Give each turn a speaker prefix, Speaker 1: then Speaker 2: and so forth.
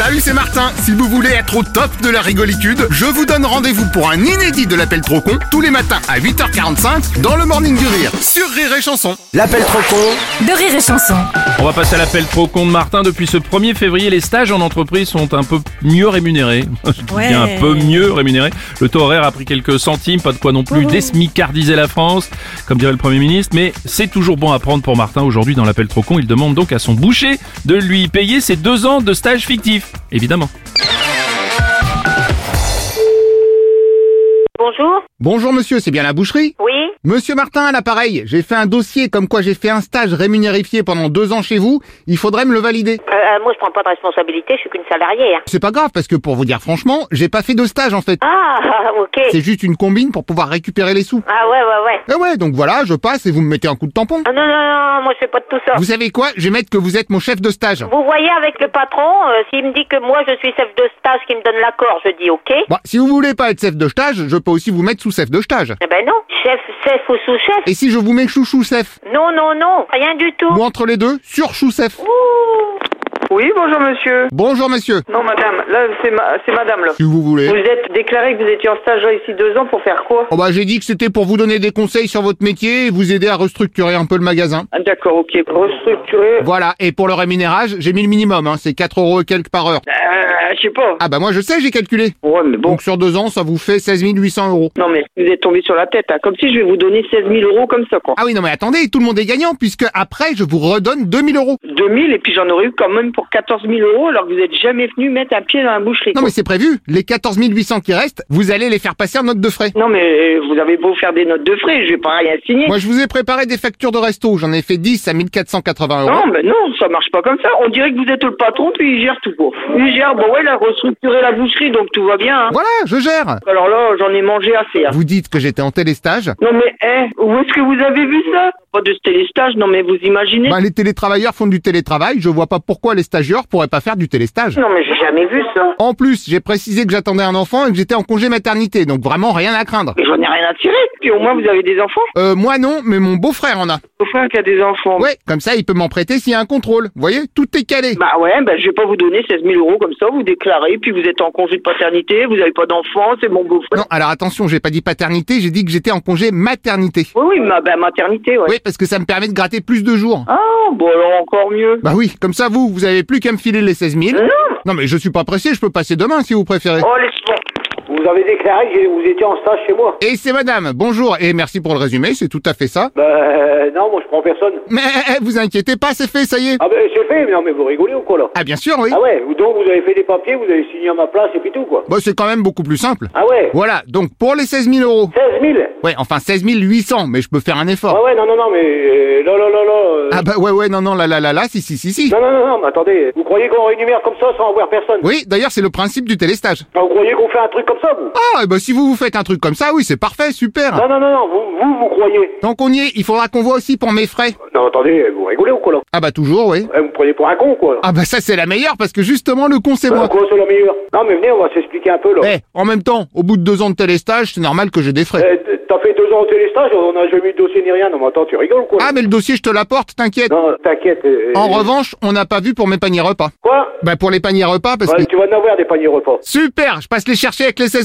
Speaker 1: Salut, c'est Martin. Si vous voulez être au top de la rigolitude, je vous donne rendez-vous pour un inédit de l'appel trop con tous les matins à 8h45 dans le Morning du Rire sur Rire et Chanson.
Speaker 2: L'appel trop con
Speaker 3: de rire et chanson.
Speaker 4: On va passer à l'appel trop con de Martin. Depuis ce 1er février, les stages en entreprise sont un peu mieux rémunérés. Je dis
Speaker 3: Ouais.
Speaker 4: bien un peu mieux rémunérés. Le taux horaire a pris quelques centimes, pas de quoi non plus désmicardiser la France, comme dirait le Premier ministre. Mais c'est toujours bon à prendre pour Martin. Aujourd'hui, dans l'appel trop con, il demande donc à son boucher de lui payer ses deux ans de stage fictif. Évidemment.
Speaker 5: Bonjour.
Speaker 1: Bonjour monsieur, c'est bien la boucherie
Speaker 5: Oui.
Speaker 1: Monsieur Martin à l'appareil, j'ai fait un dossier comme quoi j'ai fait un stage rémunérifié pendant deux ans chez vous, il faudrait me le valider.
Speaker 5: Euh, euh, moi, je prends pas de responsabilité. Je suis qu'une salariée. hein.
Speaker 1: C'est pas grave parce que pour vous dire franchement, j'ai pas fait de stage en fait.
Speaker 5: Ah, ok.
Speaker 1: C'est juste une combine pour pouvoir récupérer les sous.
Speaker 5: Ah ouais, ouais, ouais.
Speaker 1: Ah ouais, donc voilà, je passe et vous me mettez un coup de tampon.
Speaker 5: Ah, non, non, non. Moi, je fais pas de tout ça.
Speaker 1: Vous savez quoi Je vais mettre que vous êtes mon chef de stage.
Speaker 5: Vous voyez avec le patron, euh, s'il me dit que moi je suis chef de stage qui me donne l'accord, je dis ok. Eh
Speaker 1: Bon, si vous voulez pas être chef de stage, je peux aussi vous mettre sous chef de stage.
Speaker 5: Eh ben non, chef, chef ou sous-chef.
Speaker 1: Et si je vous mets chouchou chef
Speaker 5: Non, non, non, rien du tout.
Speaker 1: Ou entre les deux, sur chouchef.
Speaker 6: Oui, bonjour monsieur.
Speaker 1: Bonjour monsieur.
Speaker 6: Non madame, là c'est ma... c'est madame là.
Speaker 1: Si vous
Speaker 6: Vous
Speaker 1: voulez.
Speaker 6: êtes déclaré que vous étiez en stage là, ici deux ans pour faire quoi
Speaker 1: Oh bah j'ai dit que c'était pour vous donner des conseils sur votre métier et vous aider à restructurer un peu le magasin.
Speaker 6: ah, D'accord, ok. Restructurer.
Speaker 1: Voilà, et pour le rémunérage, j'ai mis le minimum, hein, c'est 4 euros et quelques par heure.
Speaker 6: Euh, je sais pas.
Speaker 1: Ah bah moi je sais, j'ai calculé.
Speaker 6: Ouais, mais bon.
Speaker 1: Ah. Donc sur deux ans, ça vous fait 16 800 euros.
Speaker 6: Non mais vous êtes tombé sur la tête, hein. comme si je vais vous donner 16 000 euros comme ça quoi.
Speaker 1: Ah oui, non mais attendez, tout le monde est gagnant, puisque après, je vous redonne 2000 euros.
Speaker 6: 2000 et puis j'en aurais eu quand même pour 14 000 euros alors que vous êtes jamais venu mettre un pied dans la boucherie.
Speaker 1: Non
Speaker 6: quoi.
Speaker 1: mais c'est prévu, les 14 800 qui restent, vous allez les faire passer en note de frais.
Speaker 6: Non, mais euh, vous avez beau faire des notes de frais, je vais pas rien signer.
Speaker 1: Moi je vous ai préparé des factures de resto, j'en ai fait 10 à 1480 euros.
Speaker 6: Non, mais non, ça marche pas comme ça. On dirait que vous êtes le patron, puis il gère tout quoi. Il gère, bon ouais, il a restructuré la boucherie, donc tout va bien. hein.
Speaker 1: Voilà, je gère.
Speaker 6: Alors là, j'en ai mangé assez. hein.
Speaker 1: Vous dites que j'étais en téléstage.
Speaker 6: Non mais, eh, où est-ce que vous avez vu ça Pas de téléstage, non mais vous imaginez
Speaker 1: Bah, les télétravailleurs font du télétravail, je vois pas pourquoi les stagiaires pourraient pas faire du téléstage.
Speaker 6: Non mais j'ai jamais vu ça.
Speaker 1: En plus, j'ai précisé que j'attendais un enfant et que j'étais en congé maternité, donc vraiment rien à craindre.
Speaker 6: Mais J'en ai rien à tirer. Puis au moins vous avez des enfants.
Speaker 1: Euh, moi non, mais mon beau-frère en a.
Speaker 6: Vos frères qui a des enfants.
Speaker 1: Ouais, comme ça il peut m'en prêter s'il y a un contrôle. Vous voyez, tout est calé.
Speaker 6: Bah ouais, bah je vais pas vous donner 16 000 euros comme ça, vous déclarez, puis vous êtes en congé de paternité, vous avez pas d'enfants, c'est mon
Speaker 1: Non,
Speaker 6: beau-frère.
Speaker 1: alors attention, j'ai pas dit paternité, j'ai dit que j'étais en congé maternité.
Speaker 6: Oui, oui, ma bah, maternité, ouais.
Speaker 1: Oui, parce que ça me permet de gratter plus de jours.
Speaker 6: Ah, bon alors encore mieux.
Speaker 1: Bah oui, comme ça vous, vous avez plus qu'à me filer les 16 000.
Speaker 6: Non
Speaker 1: Non mais je suis pas pressé, je peux passer demain si vous préférez.
Speaker 6: Oh, laisse-moi.
Speaker 7: Vous avez déclaré que vous étiez en stage chez
Speaker 6: Oh.
Speaker 7: moi.
Speaker 1: Et c'est madame, bonjour, et merci pour le résumé, c'est tout à fait ça.
Speaker 7: Ben euh, non, moi je prends personne.
Speaker 1: Mais eh, vous inquiétez pas, c'est fait, ça y est.
Speaker 7: Ah ben c'est fait, mais non mais vous rigolez ou quoi là
Speaker 1: Ah bien sûr, oui.
Speaker 7: Ah ouais, vous- donc vous avez fait des papiers, vous avez signé à ma place et puis tout quoi.
Speaker 1: Bah, c'est quand même beaucoup plus simple.
Speaker 7: Ah ouais,
Speaker 1: Voilà, donc pour les 16 000 euros.
Speaker 7: 16 000
Speaker 1: Ouais, enfin 16 800, mais je peux faire un
Speaker 7: Ah
Speaker 1: effort.
Speaker 7: ouais, non, non, non, mais euh, là, là, là, là. euh,
Speaker 1: Ah bah ouais, ouais, non, non, là, là, là, là, si, si, si, si.
Speaker 7: Non, non, non, non, mais attendez, vous croyez qu'on rémunère comme ça sans avoir personne
Speaker 1: Oui, d'ailleurs, c'est le principe du télestage.
Speaker 7: Ah, Vous croyez qu'on fait un truc comme ça, vous
Speaker 1: Ah, et bah si vous vous faites un truc comme ça, oui, c'est parfait, super.
Speaker 7: Non, non, non, non, vous, vous, vous croyez
Speaker 1: Donc on y est, il faudra qu'on voit aussi pour mes frais.
Speaker 7: Non, attendez, vous rigolez ou quoi là
Speaker 1: Ah bah toujours, oui.
Speaker 7: Eh, Vous me prenez pour un con quoi là
Speaker 1: Ah bah ça, c'est la meilleure, parce que justement, le con, c'est
Speaker 7: Ah,
Speaker 1: moi.
Speaker 7: Quoi, c'est la meilleure Non, mais venez, on va s'expliquer un peu là.
Speaker 1: Eh, en même temps, au bout de deux ans de télestage, c'est normal que j'ai des frais.
Speaker 7: Eh, T'as fait deux ans au téléstage, on n'a jamais eu de dossier ni rien. Non, mais attends, tu rigoles ou quoi là
Speaker 1: Ah, mais le dossier, je te l'apporte, t'inquiète.
Speaker 7: Non, t'inquiète. euh,
Speaker 1: En
Speaker 7: euh,
Speaker 1: revanche, on n'a pas vu pour mes paniers repas.
Speaker 7: Quoi
Speaker 1: Bah pour les paniers repas, parce que...
Speaker 7: Ouais, Tu vas en avoir des paniers repas.
Speaker 1: Super, je passe les chercher avec les 16